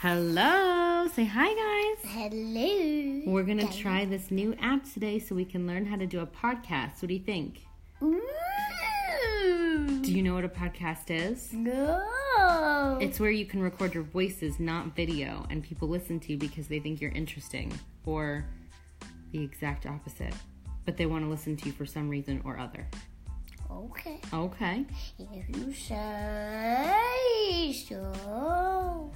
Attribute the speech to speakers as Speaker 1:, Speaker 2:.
Speaker 1: Hello. Say hi, guys.
Speaker 2: Hello.
Speaker 1: We're going to try this new app today so we can learn how to do a podcast. What do you think?
Speaker 2: Ooh.
Speaker 1: Do you know what a podcast is?
Speaker 2: No.
Speaker 1: It's where you can record your voices, not video, and people listen to you because they think you're interesting or the exact opposite, but they want to listen to you for some reason or other.
Speaker 2: okay.
Speaker 1: Okay.
Speaker 2: If you say so.